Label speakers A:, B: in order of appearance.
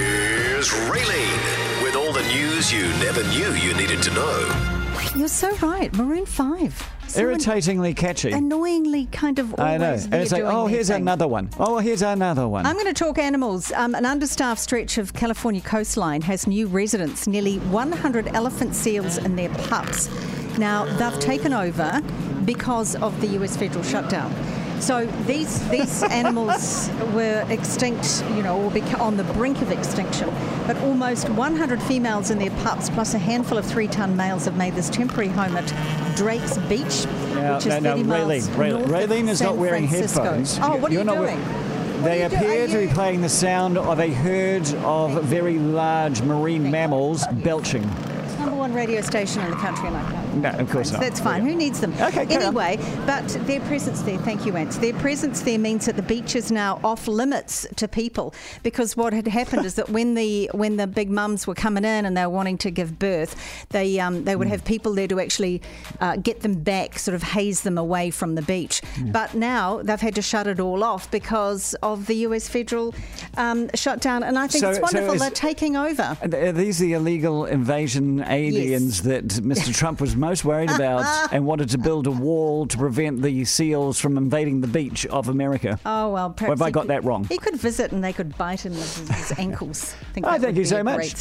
A: Here's Raylene with all the news you never knew you needed to know.
B: You're so right. Maroon 5. Someone
C: Irritatingly catchy.
B: Annoyingly kind of always
C: I know. And
B: there
C: it's like,
B: doing
C: oh,
B: their
C: here's
B: thing.
C: another one. Oh, here's another one.
B: I'm going to talk animals. Um, an understaffed stretch of California coastline has new residents, nearly 100 elephant seals and their pups. Now, they've taken over because of the US federal shutdown. So these these animals were extinct, you know, or beca- on the brink of extinction. But almost 100 females and their pups, plus a handful of three-ton males, have made this temporary home at Drake's Beach,
C: Now,
B: which is
C: no, no,
B: 30 miles
C: Raylene, Raylene,
B: north of
C: Raylene is
B: San
C: not wearing
B: Francisco.
C: headphones.
B: Oh,
C: You-
B: what are
C: you're
B: you
C: not we-
B: doing? What are
C: They
B: you do- are
C: appear to be
B: you-
C: playing the sound of a herd of very large marine mammals belching.
B: number one radio station in the country, and I can't.
C: No, of course not.
B: That's fine. Who needs them?
C: Okay, carry on.
B: Anyway, but their presence there, thank you, Ant. Their presence there means that the beach is now off limits to people because what had happened is that when the when the big mums were coming in and they were wanting to give birth, they um, they would have people there to actually uh, get them back, sort of haze them away from the beach. But now they've had to shut it all off because of the U.S. federal um, shutdown, and I think
C: So-
B: it's
C: so
B: wonderful
C: is-
B: they're taking over.
C: And Are these the illegal invasion aliens that Mr. Trump was most worried about and wanted to build a wall to prevent the seals from invading the beach of America?
B: Oh well, perhaps
C: have I
B: he
C: got
B: could-
C: that wrong?
B: He could visit and they could bite him with his ankles. I think that
C: Oh, thank
B: would
C: you
B: be
C: so
B: a
C: much.
B: great